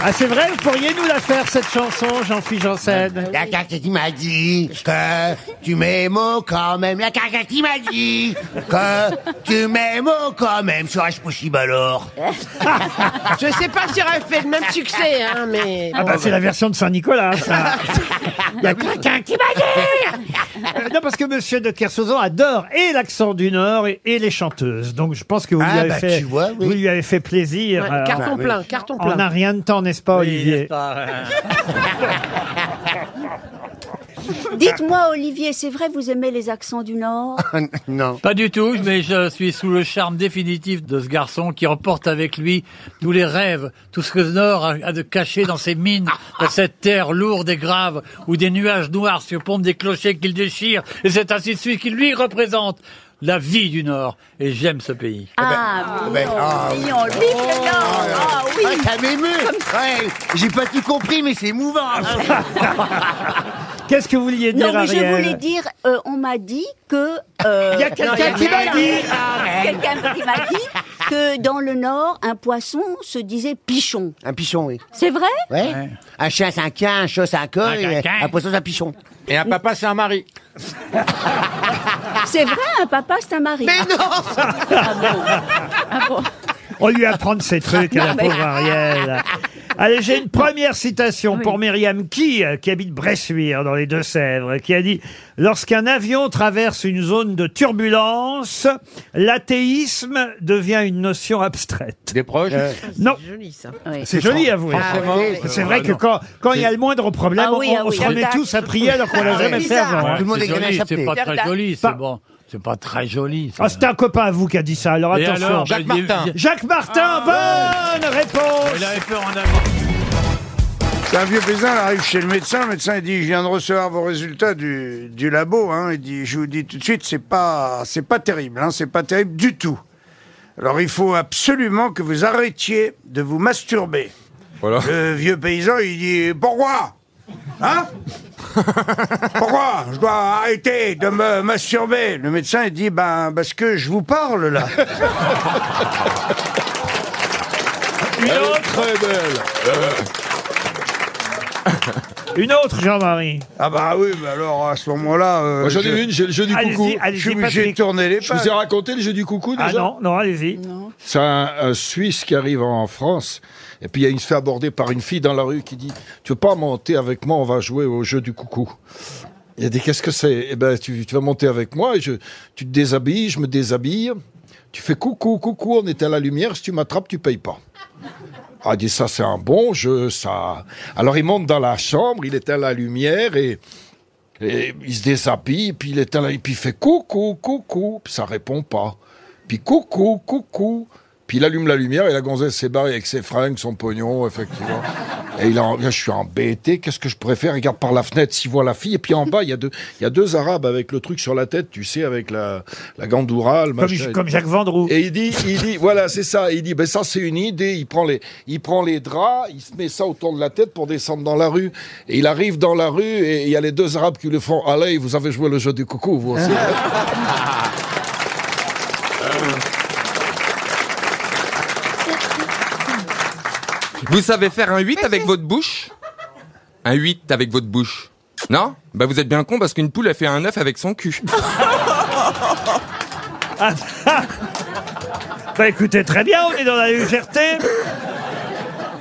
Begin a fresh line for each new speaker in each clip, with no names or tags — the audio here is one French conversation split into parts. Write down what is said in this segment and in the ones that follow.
Ah, c'est vrai, vous pourriez nous la faire, cette chanson, Jean-Philippe Janssen
La carte qui m'a dit que tu m'aimes oh, quand même. La carte qui m'a dit que tu m'aimes oh, quand même. Serais-je possible alors
Je sais pas si aurait fait le même succès, hein, mais.
Ah bah, c'est la version de Saint-Nicolas, ça La quelqu'un qui m'a dit Euh, Non, parce que Monsieur de Kersauzon adore et l'accent du Nord et, et les chanteuses. Donc, je pense que vous, lui,
Ah,
avez
bah,
fait,
tu vois, oui.
vous lui avez fait plaisir.
Ouais,
euh,
carton
oui.
plein, carton
en- en
plein.
un rien de temps, n'est-ce pas, Olivier
Dites-moi, Olivier, c'est vrai, vous aimez les accents du Nord
Non.
Pas du tout, mais je suis sous le charme définitif de ce garçon qui emporte avec lui tous les rêves, tout ce que le Nord a a de caché dans ses mines, dans cette terre lourde et grave, où des nuages noirs surplombent des clochers qu'il déchire, et c'est ainsi de suite qui lui représente la vie du Nord, et j'aime ce pays.
Ah,
ben,
mignon,
ah,
mignon,
oh,
vive le Nord Ah oui
Ouais, ça m'émeut. Ouais, j'ai pas tout compris, mais c'est mouvant.
Qu'est-ce que vous vouliez dire,
Non, mais je
Ariel
voulais dire, euh, on m'a dit que... euh,
Il y a quelqu'un qui m'a dit
Eh.
Quelqu'un qui m'a dit que dans le Nord, un poisson se disait pichon.
Un pichon, oui.
C'est vrai
Eh
Ouais. Un chien, c'est un quin, un chat, c'est un
Un
coq, et
quinquin.
un poisson, c'est un pichon.
Et un papa, c'est un mari.
C'est vrai, un papa, c'est un mari.
Mais non
On lui apprend de ces trucs à la pauvre Ariel. Allez, j'ai une première citation pour Myriam Key, euh, qui habite Bressuire, dans les Deux-Sèvres, qui a dit « Lorsqu'un avion traverse une zone de turbulence, l'athéisme devient une notion abstraite.
Des proches. Ah,
Euh, »
Non,
Joli ça.
Ah,
c'est joli à vous.
Ah,
Ah, C'est vrai que quand quand il y a le moindre problème,
Ah oui,
on,
ah
on
oui, Ah
se remet
contact.
tous à prier alors qu'on l'a jamais fait
Ah,
avant. hein.
Tout le monde
c'est
est grenade
joli, c'est
chapée.
pas très joli,
Pas-
c'est bon. C'est pas très joli. ça.
Ah, c'est un copain à vous qui a dit ça, alors
Et
Ah, attention.
alors, Ah.
Jacques
bah, il-
Martin.
il-
Jacques Martin, bonne réponse
Il avait peur en avant.
C'est un vieux paysan, il arrive chez le médecin, le médecin il dit, je viens de recevoir vos résultats du, du labo, hein. il dit, je vous dis tout de suite, c'est pas, c'est pas terrible, hein, c'est pas terrible du tout. Alors il faut absolument que vous arrêtiez de vous masturber.
Voilà.
Le vieux paysan, il dit, pourquoi Hein Pourquoi Je dois arrêter de me masturber. Le médecin, il dit, ben, parce que je vous parle là.
Très belle.
Une autre, Jean-Marie.
Ah bah oui, bah alors à ce moment-là... euh,
Moi, J'en ai
je-
une, j'ai le jeu du
Allez-y,
coucou.
Je suis
allez-y,
obligé de
Patrick.
tourner les
Je vous ai
pages.
raconté le jeu du coucou
Ah
déjà
non, non, allez-y.
C'est un, un Suisse qui arrive en France. Et puis, il se fait aborder par une fille dans la rue qui dit Tu veux pas monter avec moi On va jouer au jeu du coucou. Il dit Qu'est-ce que c'est Eh ben, tu, tu vas monter avec moi. Et je, tu te déshabilles, je me déshabille. Tu fais coucou, coucou, on est à la lumière. Si tu m'attrapes, tu payes pas. Ah, il dit Ça, c'est un bon jeu, ça. Alors, il monte dans la chambre, il éteint la lumière et. Et il se déshabille, puis il est là, et puis il fait coucou, coucou, puis ça répond pas. Puis coucou, coucou. Puis il allume la lumière et la gonzesse s'est barrée avec ses fringues, son pognon, effectivement. Et il en, je suis embêté, qu'est-ce que je pourrais faire Il Regarde par la fenêtre s'il voit la fille. Et puis en bas, il y, a deux, il y a deux Arabes avec le truc sur la tête, tu sais, avec la, la gandoura, le
Bah,
Comme,
machin.
comme Jacques Vendroux.
Et il dit, il dit, voilà, c'est ça. Il dit, ben ça, c'est une idée. Il prend les, il prend les draps, il se met ça autour de la tête pour descendre dans la rue. Et il arrive dans la rue et il y a les deux Arabes qui lui font, allez, vous avez joué le jeu du coucou, vous aussi.
Vous savez faire un 8 avec votre bouche Un 8 avec votre bouche. Non Bah vous êtes bien con parce qu'une poule a fait un 9 avec son cul.
Bah écoutez, très bien, on est dans la légèreté.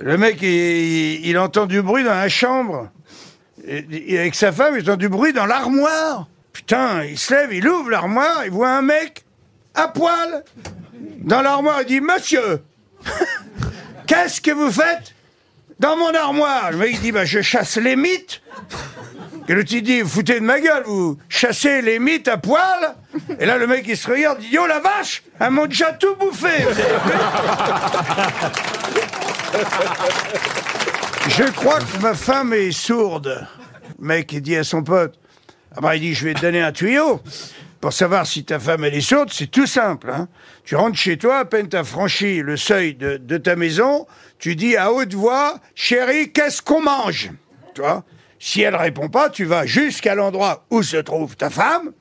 Le mec, il, il- il entend du bruit dans la chambre. Et- et avec sa femme, il entend du bruit dans l'armoire. Putain, il se lève, il ouvre l'armoire, il voit un mec à poil dans l'armoire. Il dit Monsieur, qu'est-ce que vous faites dans mon armoire Le mec il dit bah, Je chasse les mythes. Et le petit dit Vous Foutez de ma gueule, vous chassez les mythes à poil Et là, le mec, il se regarde, il dit Yo la vache, elle m'a déjà tout bouffé vous avez vu Je crois que ma femme est sourde. Le mec, il dit à son pote. Ah bah, il dit, je vais te donner un tuyau. Pour savoir si ta femme, elle est sourde, c'est tout simple. hein. Tu rentres chez toi, à peine t'as franchi le seuil de, de ta maison, tu dis à haute voix, chérie, qu'est-ce qu'on mange Tu vois Si elle répond pas, tu vas jusqu'à l'endroit où se trouve ta femme,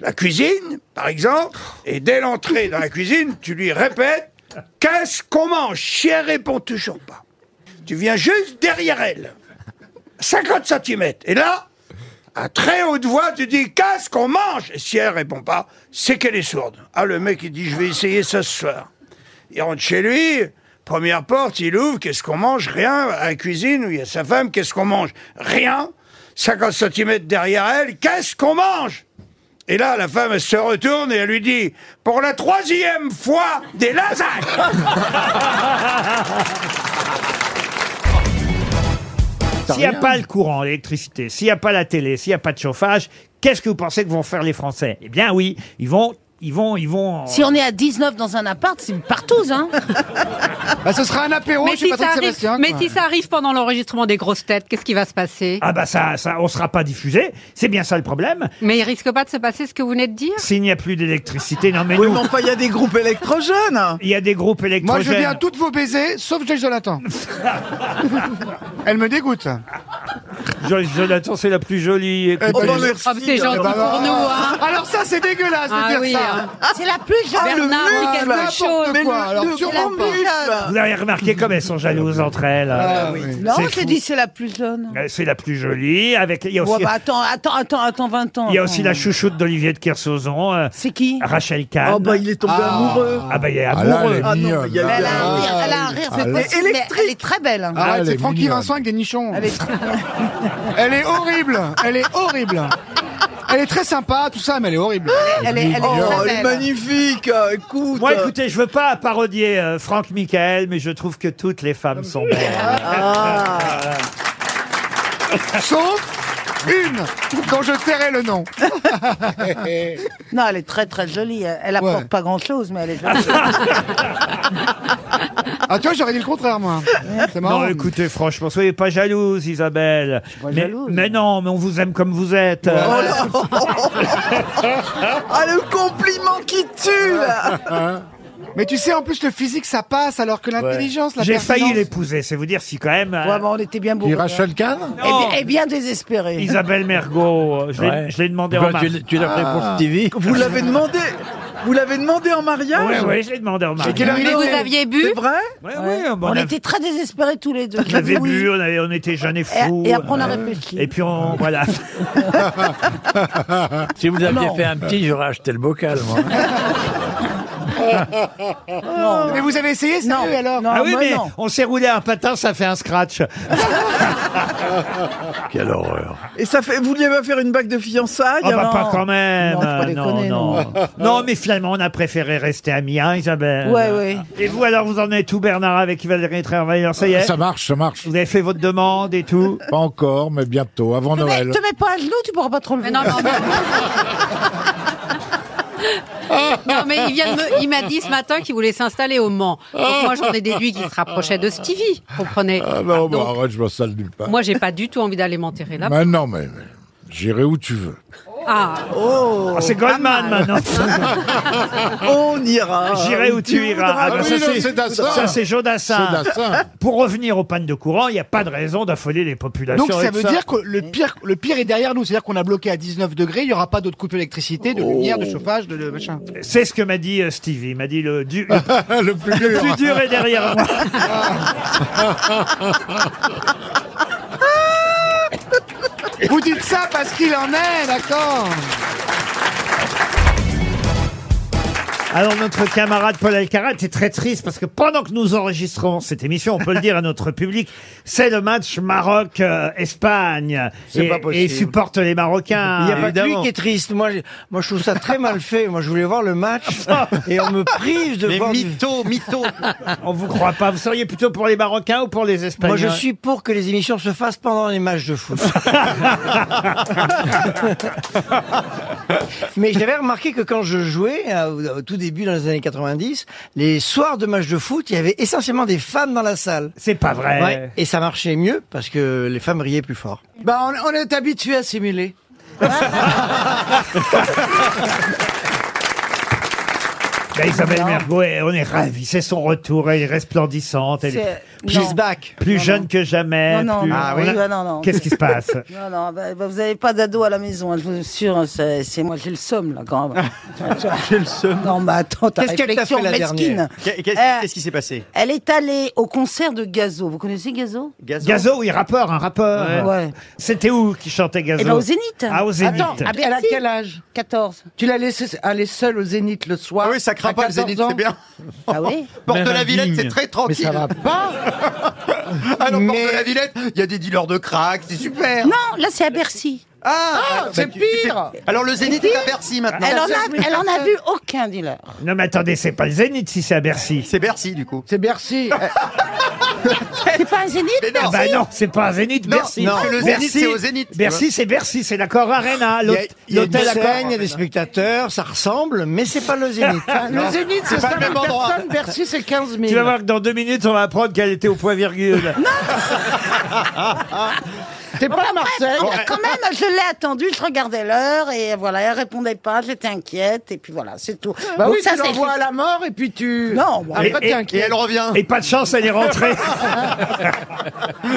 la cuisine, par exemple, et dès l'entrée dans la cuisine, tu lui répètes, qu'est-ce qu'on mange Si elle répond toujours pas, tu viens juste derrière elle. 50 cm. Et là, à très haute voix, tu dis Qu'est-ce qu'on mange Et si elle répond pas, c'est qu'elle est sourde. Ah, le mec, il dit Je vais essayer ça ce soir. Il rentre chez lui, première porte, il ouvre Qu'est-ce qu'on mange Rien. À la cuisine où il y a sa femme, qu'est-ce qu'on mange Rien. 50 cm derrière elle, qu'est-ce qu'on mange et là, la femme, elle se retourne et elle lui dit « Pour la troisième fois, des lasagnes
S'il n'y a pas le courant, l'électricité, s'il n'y a pas la télé, s'il n'y a pas de chauffage, qu'est-ce que vous pensez que vont faire les Français Eh bien oui, ils vont, ils vont, ils vont.
Si on est à 19 dans un appart, c'est partout, hein
ce sera un apéro
mais,
chez
si ça
Patrick
arrive,
Sébastien.
mais
quoi.
si ça arrive pendant l'enregistrement des grosses têtes, qu'est-ce qui va se passer
Ah bah ça, ça, on sera pas diffusé. C'est bien ça le problème.
Mais il risque pas de se passer ce que vous venez de dire
S'il n'y a plus d'électricité, non mais
Oui,
nous,
mais enfin, il y a des groupes électrogènes.
il y a des groupes
Moi, je veux
électrogènes.
bien toutes vos baisers, sauf Joyce Jonathan. Elle me dégoûte.
Joyce Jonathan, c'est la plus jolie. écoutez.
bah,
Ah, C'est gentil
Eh ben,
pour nous, hein
Alors ça, c'est dégueulasse de
Ah
dire
oui,
ça.
hein.
C'est la plus
Ah, le
Bernard,
mufle,
oui, quelque
n'importe
chose.
quoi.
Mais le-
Alors,
le-
sûrement
la
pas.
mufle.
Vous avez remarqué comme elles sont jalouses entre elles. Euh,
Ah, oui.
Non,
C'est
j'ai
fou.
dit c'est la plus jeune.
Euh, C'est la plus jolie. Avec il y a
Bon,
aussi,
bah, attends, attends, attends, attends, 20 ans.
il y a aussi
attends.
la chouchoute d'Olivier de Kersauzon, euh,
C'est qui
Rachel Kahn.
Oh, bah, il est tombé amoureux.
Ah bah il est
Ah là,
amoureux.
elle est mignonne.
il y a-
elle, a un
Ah,
rire, elle a un rire, c'est
elle-
possible, mais elle est très belle.
Ah,
hein.
Arrête,
elle
c'est
est
Francky
mignonne.
Vincent avec des nichons.
Elle est très-
Elle est horrible. Elle est horrible. Elle est très sympa, tout ça, mais elle est horrible.
elle est- elle est très belle.
magnifique, écoute.
Moi, écoutez, je veux pas parodier euh, Franck Michael, mais je trouve que toutes les femmes sont
Ah,
belles.
Sauf une dont je tairai le nom.
Non, elle est très très jolie. Elle elle apporte
Ouais.
pas grand chose, mais elle est jolie.
Ah, tu vois, j'aurais dit le contraire, moi. C'est marrant.
Non, écoutez, franchement, soyez pas jalouse, Isabelle.
pas
mais,
jalouse.
mais non, mais on vous aime comme vous êtes. Euh,
Ah, le compliment qui tue
Mais tu sais, en plus, le physique, ça passe, alors que l'intelligence, la
J'ai failli
pertinence-
l'épouser, c'est vous dire si quand même. euh,
Vraiment, bah, on était bien bourrés. hein.
Rachel Kahn
Et, bien- et bien désespérés.
Isabelle Mergot, euh, je l'ai
Ouais.
je l'ai demandé en
Bah, tu
mariage.
l- tu l'as pris
Ah.
pour Stevie
Vous l'avez demandé Vous l'avez demandé en mariage
Oui, oui, Ah, je l'ai demandé en mariage.
quelle heure il
Mais
est
vous aviez bu
C'est vrai
Ouais, ouais, bon,
on
on, a-
était très désespérés tous les deux.
on avait
Oui.
bu, on, avait- on était jeunes et fous.
Et, et après, on a
Euh,
réfléchi.
Et puis on voilà.
Si vous aviez
Non.
fait un petit, j'aurais acheté le bocal, moi.
non,
Mais vous avez essayé,
non,
sérieux, alors
non,
ah oui
moi,
mais
non.
on s'est roulé un patin, ça fait un scratch.
Quelle horreur.
Et ça fait, vous vouliez pas faire une bague de fiançailles
Ah bah
non.
pas quand même.
Non, faut pas
euh,
déconner,
non. Non, mais finalement on a préféré rester amis, hein, Isabelle.
Ouais, ouais.
Et vous alors vous en êtes où Bernard avec Valérie Travailleur, ça y est.
Ça marche, ça marche. Oh.
Vous avez fait votre demande et tout.
Pas encore, mais bientôt, avant
Te mets,
Noël.
te mets pas à genoux, tu pourras pas te relever.
Mais non, non, mais... Non, mais il, vient de me- il m'a dit ce matin qu'il voulait s'installer au Mans. Donc moi, j'en ai déduit qu'il se rapprochait de Stevie, comprenez
Euh,
Ah non, bah,
Donc,
arrête, je m'en sale nulle part.
Moi, j'ai pas du tout envie d'aller m'enterrer là.
Mais Bah, non, mais, mais j'irai où tu veux.
Ah,
Ah, c'est Goldman maintenant.
Oh,
On ira.
J'irai où tu iras. Ah,
Ah,
bah,
Ah, oui,
ça,
non,
c'est-
c'est Dassin.
ça, c'est Jodassin.
C'est Dassin.
Pour revenir aux pannes de courant, il n'y a pas de raison d'affoler les populations.
Donc ça
avec
veut dire que le pire, le pire est derrière nous. C'est-à-dire qu'on a bloqué à 19 degrés, il n'y aura pas d'autres coupes d'électricité, de lumière,
Oh.
de chauffage, de, de machin.
C'est ce que m'a dit euh, Stevie. Il m'a dit le, du- le
le plus dur.
plus dur est derrière moi.
Vous dites ça parce qu'il en est, d'accord
Alors notre camarade Paul Alcarat est très triste parce que pendant que nous enregistrons cette émission, on peut le dire à notre public, c'est le match Maroc-Espagne.
C'est
et,
pas possible.
et il supporte les Marocains.
Il n'y a pas que lui
Ah, évidemment.
qui est triste. Moi, je- moi, je trouve ça très mal fait. Moi, je voulais voir le match et on me prive de voir. du-
On vous croit pas. Vous seriez plutôt pour les Marocains ou pour les Espagnols
Moi, je suis pour que les émissions se fassent pendant les matchs de foot. Mais j'avais remarqué que quand je jouais, euh, au tout début dans les années 90, les soirs de matchs de foot, il y avait essentiellement des femmes dans la salle.
C'est pas vrai.
Ouais. Et ça marchait mieux parce que les femmes riaient plus fort.
Bah, on, est habitué à simuler.
Bah, Isabelle Mergo, on est ravis. C'est son retour. Elle est resplendissante. Elle est
C'est- She's back.
plus
Non,
jeune
non.
que jamais.
Non, non,
plus-
non,
Ah,
on a-
oui, bah, non, non.
Qu'est-ce qui se passe
Non, non, bah, bah, vous n'avez pas d'ado à la maison, hein, je vous assure, c'est c'est moi, j'ai le somme, là, quand même. j'ai le somme. Non, mais attends, ta
Qu'est-ce qu'elle t'a
réflexion
fait la
mesquine.
dernière Qu'est- Qu'est-ce
Euh,
qu'est-ce qui s'est passé
Elle est allée au concert de Gazo. Vous connaissez Gazo
Gazo. oui, rappeur, un rappeur.
Ouais.
C'était où qui chantait Gazo
Eh ben, au Zénith.
Ah, au Zénith.
Attends, ah,
Elle a quel âge 14.
Tu l'as laissé aller seule au Zénith le soir. Ah oui, ça craint pas le Zénith, c'est bien.
Ah oui
Porte de la Villette, c'est très tranquille.
Mais ça va
pas. ah non, Porte de la Villette, il y a des dealers de crack, c'est super.
Non, là, c'est à Bercy.
Ah, c'est pire. Alors le Zénith est à Bercy maintenant.
Elle en a, elle en a vu aucun dealer.
Non, mais attendez, c'est pas le Zénith si c'est à Bercy.
C'est Bercy, du coup.
C'est Bercy. c'est pas un zénith
Ah bah non, c'est pas un Zénith,
Non,
Bercy.
non, le Zénith,
Bercy,
c'est au Zénith.
Bercy, c'est Bercy, c'est l'accord Arena. l'hôte-
Il y a, il y a
L'hôtel
une
Accor
scène, il y a des spectateurs, ça ressemble, mais c'est pas le Zénith.
Le Zénith, c'est C'est pas le 5000 même endroit. personnes,
Bercy, c'est 15
Tu vas voir que dans deux minutes, on va apprendre qu'elle était au point virgule.
T'es pas à Marseille Quand même, je l'ai attendue, je regardais l'heure et voilà, elle répondait pas, j'étais inquiète et puis voilà, c'est tout.
Bah
Donc
oui, tu
c'est-
l'envoies à la mort et puis tu.
Non, bon,
et,
après, t'es
et-
inquiet.
et elle revient.
Et pas de chance, elle est rentrée.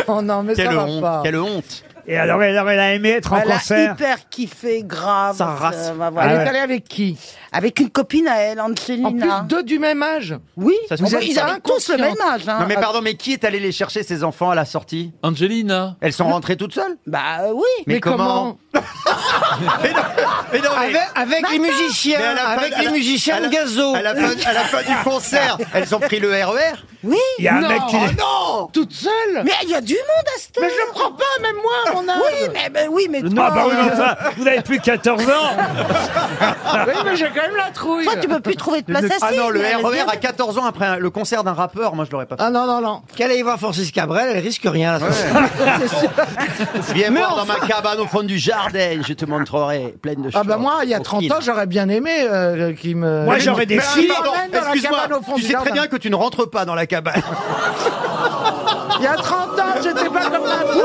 Oh non, mais ça va pas.
honte.
Et alors, elle, alors, elle a aimé être en
Elle a
concert. Ah
hyper kiffé, grave.
Ça rase.
euh, bah, voilà.
Elle est allée
avec qui Avec une copine à elle, Angelina.
Ah En plus,
deux du même âge Oui,
Ça se
Bon,
fait
bah, ils
ça
avaient tous le même âge. hein.
Non mais pardon, mais qui est allé les chercher ces enfants à la sortie Angelina. Elles sont rentrées toutes seules
Bah euh, oui.
Mais Mais comment Mais non, mais-
Avec, Eh ben, avec les musiciens,
Mais à la fin-
avec
à la-
les musiciens
à la-
de Gazo.
À la, fin, à la fin du concert, elles ont pris le E RER
Oui.
Il y a un mec qui-
Oh non
Toute seule Mais il y a du monde à cette Mais je prends pas, même moi, mon âge Oui, mais, mais- oui, mais
Non,
toi,
bah oui, mais
euh,
enfin, vous n'avez plus 14 ans.
Oui, mais j'ai quand même la trouille
Toi, tu peux plus trouver de place
Ah
assise,
non, le
mais elle
RER
vient.
à 14 ans après un- le concert d'un rappeur, moi je l'aurais pas fait.
Ah non, non, non. Qu'elle aille voir Francis Cabrel, elle risque rien. là.
Viens
Mais
voir dans
enfin-
ma cabane au fond du jardin, je te montrerai pleine de choses.
Ah bah moi, il y a 30 ans, j'aurais bien aimé euh, qu'il me...
Mais- mais
Mais
attends,
attends,
attends, Excuse-moi, tu sais très bien que tu ne rentres pas dans la cabane.
Il y a 30 ans, j'étais pas comme maintenant.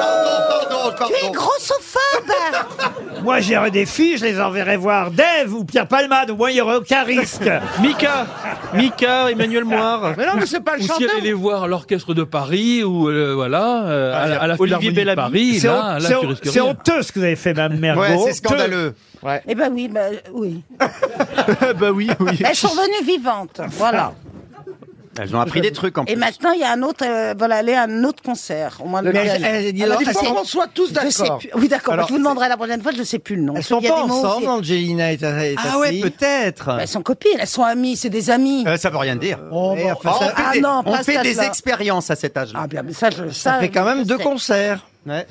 Pardon, pardon,
Tu es
pardon.
grossophobe
Moi, j'aurais des filles, je les enverrais voir Dave ou Pierre Palmade. Au moins, il n'y aurait aucun risque.
Mika, Mika, Emmanuel Moir.
Mais non, mais c'est pas le
Ou si
chanteur.
aller les voir à l'orchestre de Paris ou euh, voilà euh,
Ah,
à, la- à la Philharmonie de Paris.
C'est
Là,
hon-
là,
c'est
tu
hon-
risques
c'est
rien.
honteux ce que vous avez fait, Mme Mergo.
Ouais,
Honteux.
c'est scandaleux. Ouais.
Eh ben oui, bah oui.
bah oui, oui.
Elles sont venues vivantes, voilà.
Elles ont appris des trucs en
Et
plus.
maintenant, il y a un autre, euh, voilà, aller à un autre concert. Au moins,
Mais elles- elles- dis donc,
je
elles
sais-
sont- qu'on soit tous
je
d'accord.
sais plus- Oui, d'accord.
Alors,
je vous demanderai la prochaine fois, je ne sais plus le nom.
Elles sont
Il y a
pas
des mots
ensemble,
aussi.
Angelina et ta, et ta
Ah ouais,
fille.
peut-être.
Elles sont copines, elles sont amies, c'est des amies.
Euh, ça veut rien dire.
Eh, enfin,
Ah,
ça,
on fait
ah
des,
non,
on
pas
fait
ça,
des
ça.
expériences à cet âge-là.
Ah bien, mais ça, je,
ça fait quand même deux concerts.
Ouais.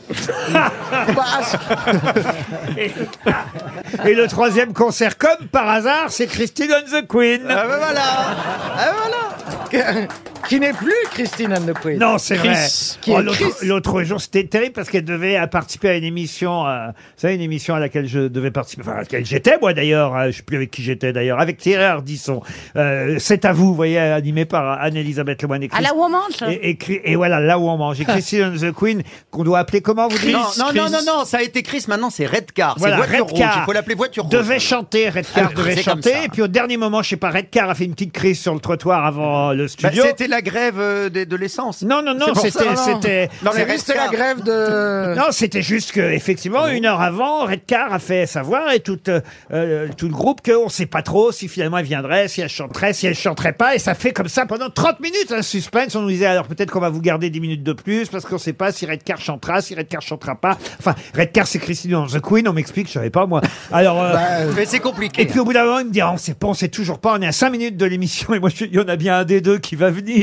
Et le troisième concert, comme par hasard, c'est Christine on the Queen.
Ah ben voilà Ah ben voilà
Qui n'est plus Christine Anne de Pouy.
Non, c'est vrai.
Qui
Oh,
est
l'autre-
Chris.
L'autre jour, c'était terrible parce qu'elle devait euh, participer à une émission, euh, vous savez, une émission à laquelle je devais participer, enfin, à laquelle j'étais, moi d'ailleurs, euh, je sais plus avec qui j'étais d'ailleurs, avec Thierry Ardisson. Euh, c'est à vous, vous voyez, animé par euh, Anne-Elisabeth Lemoine et
À
Chris-
la où on mange
et, et Chris- et voilà, là où on mange. Et Christine and the Queen, qu'on doit appeler comment vous dites
non, non, non, non, non, ça a été Chris, maintenant c'est Redcar.
Voilà,
c'est voiture
Redcar.
rouge, il faut l'appeler voiture rouge.
devait chanter, Redcar
Ah,
devait
c'est comme
chanter,
ça.
et puis au dernier moment, je sais pas, Redcar a fait une petite crise sur le trottoir avant le
Bah,
studio.
c'était la grève euh, de, de l'essence.
non, non, non,
C'est pour
c'était,
ça, non.
c'était,
Non, mais
c'était-
restez la grève.
de...
Non, c'était juste que effectivement une heure avant, Redcar a fait savoir et tout euh, euh, tout le groupe qu'on ne sait pas trop si finalement elle viendrait, si elle chanterait, si elle chanterait pas et ça fait comme ça pendant 30 minutes un suspense. On nous disait alors peut-être qu'on va vous garder 10 minutes de plus parce qu'on ne sait pas si Redcar chantera, si Redcar chantera pas. Enfin, Redcar c'est Christine and the Queen, on m'explique, je savais pas moi. Alors euh,
Mais c'est compliqué.
et puis au bout d'un moment, il me dit Ah, on sait pas, on sait toujours pas, on est à 5 minutes de l'émission et moi je- il y en a bien un des deux qui va venir.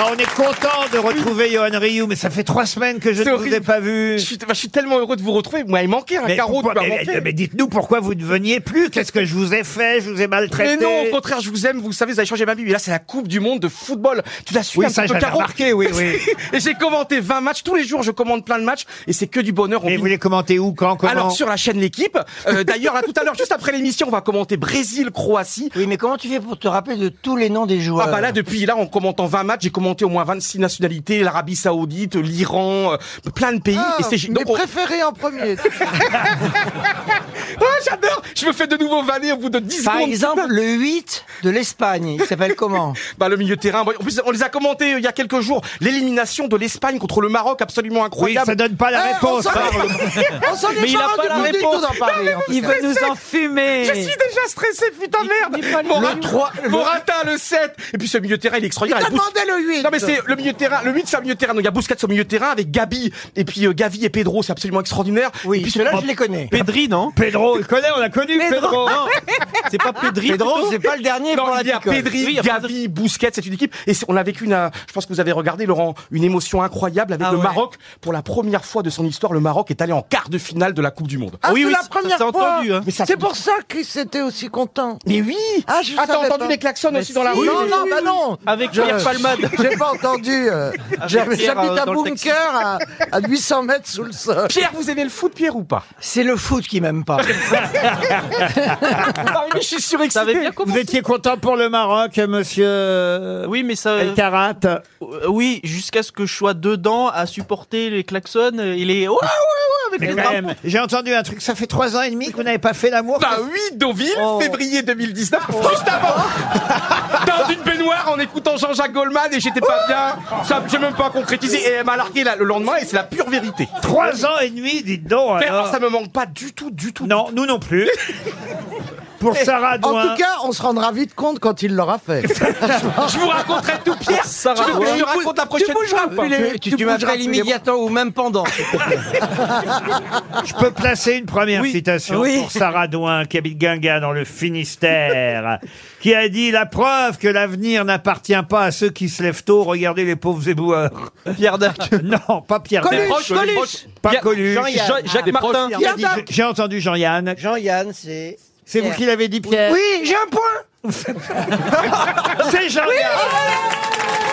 Ah, on est content de retrouver Johan Rioux, mais ça fait trois semaines que je ne vous ai pas vu. Je suis,
bah, tellement heureux de vous hein, retrouver. Moi, il manquait
Mais, pourquoi- mais- mais dites-nous pourquoi vous ne veniez plus. Qu'est-ce que je vous ai fait Je vous ai maltraité.
Mais non, au contraire, je vous aime, vous savez, vous avez changé ma vie. Mais là, c'est la Coupe du Monde de football. Tu l'as suivi
Oui,
un
ça,
petit peu,
j'avais
Caro
remarqué, oui, oui.
et j'ai commenté 20 matchs. Tous les jours, je commande plein de matchs. Et c'est que du bonheur. On
Et
vit-
vous les commentez où, quand, comment
Alors, sur la chaîne L'équipe. euh, D'ailleurs, là, tout à l'heure, juste après l'émission, on va commenter Brésil, Croatie.
Oui, mais comment tu fais pour te rappeler de tous les noms des joueurs
Ah, bah
Ah bah là, depuis là, en commentant 20 matchs, j'ai commenté
représenté au moins 26 nationalités, l'Arabie Saoudite, l'Iran, euh, plein de pays.
Ah,
et c'est gé-
mes
on-
préférés en premier.
Ah, j'adore Je me fais de nouveau vanner au bout de 10
Par
secondes.
exemple,
le 8 de l'Espagne, il s'appelle comment Bah, le milieu de terrain. En plus, on les a commentés euh, il y a quelques jours. L'élimination de l'Espagne contre le Maroc, absolument incroyable.
ça donne pas la
Eh,
réponse,
on s'en est-
hein.
on s'en est
Mais il a
déjà
pas
rendu
la
compte du
réponse.
tout dans Paris,
Non, mais
en tout
il
cas.
veut nous
C'est-
enfumer.
Je suis déjà stressé, putain merde Morata-
Le trois- le-
Morata, le 7 Et puis ce milieu de terrain, il est extraordinaire.
Il t'a
Avec Bous-
demandé le huit.
Non, mais c'est le milieu de terrain. Le 8, c'est un milieu de terrain. Donc il y a Busquets au milieu de terrain avec Gabi. Et puis euh, Gavi et Pedro, c'est absolument extraordinaire. Oui, puis
ceux-là, je les connais.
Pedri, non
Pedro, il connaît, on l'a connu, Pedro.
C'est pas Pedri.
Pedro, c'est pas le dernier
Non,
pour la
il y a
Ticole.
Pedri,
Oui, il y a
Gavi, Busquets, c'est une équipe. Et c'est- on a vécu une, euh, je pense que vous avez regardé, Laurent, une émotion incroyable avec
Ah
le
ouais.
Maroc. Pour la première fois de son histoire, le Maroc est allé en quart de finale de la Coupe du Monde.
Ah, c'est la première fois.
Mais ça-
C'est pour ça que c'était aussi content.
Mais oui.
Ah, je
Ah, t'as
savais
entendu
pas.
les klaxons
Mais
aussi dans la
si.
rue
Non, non, bah non.
Avec
Je-
Pierre Palmade.
J'ai pas entendu. euh,
Avec
j'ai-
Pierre,
J'habite
euh,
un
dans le
bunker à, à 800 mètres sous le sol.
Pierre, vous aimez le foot, Pierre, ou pas
C'est le foot qui m'aime pas.
Ah, je suis surexcité.
Vous étiez content pour le Maroc, monsieur euh,
Oui, mais ça.
El Karat
Euh, Oui, jusqu'à ce que je sois dedans à supporter les klaxons euh, et les. Ouais, ouais, ouais, avec
Mais
les
quand
drapeaux.
même, j'ai entendu un truc, ça fait trois ans et demi que vous n'avez pas fait l'amour.
Bah oui, Deauville, février 2019, juste avant Dans une baignoire en écoutant Jean-Jacques Goldman et j'étais pas bien, ça j'ai même pas concrétisé et elle m'a largué là, le lendemain et c'est la pure vérité.
Trois ans et demi, dites donc.
Faire,
alors.
ça me manque pas du tout, du tout.
Non, nous non plus. Pour Sarah
En
Douin.
tout cas, on se rendra vite compte quand il l'aura fait.
Je vous raconterai tout, Pierre.
Sarah,
je te-
ouais.
je te raconte la prochaine fois. ou pas
Tu, tu, tu m'appelles immédiatement ou même pendant.
Je peux placer une première
Oui.
citation
Oui.
pour Sarah Douin, qui habite Guingamp dans le Finistère, qui a dit La preuve que l'avenir n'appartient pas à ceux qui se lèvent tôt, regardez les pauvres éboueurs.
Pierre Dac.
Non, pas Pierre Dac.
Coluche, Proches, Coluche. proches.
Pas
Pierre-
Coluche.
Jean-Yann. Ja- Jacques Ah, des Martin. proches. Pierre Dac.
J'ai entendu Jean-Yann.
Jean-Yann, c'est.
C'est vous qui l'avez dit, Pierre
Oui, j'ai un point
C'est Jean-Yann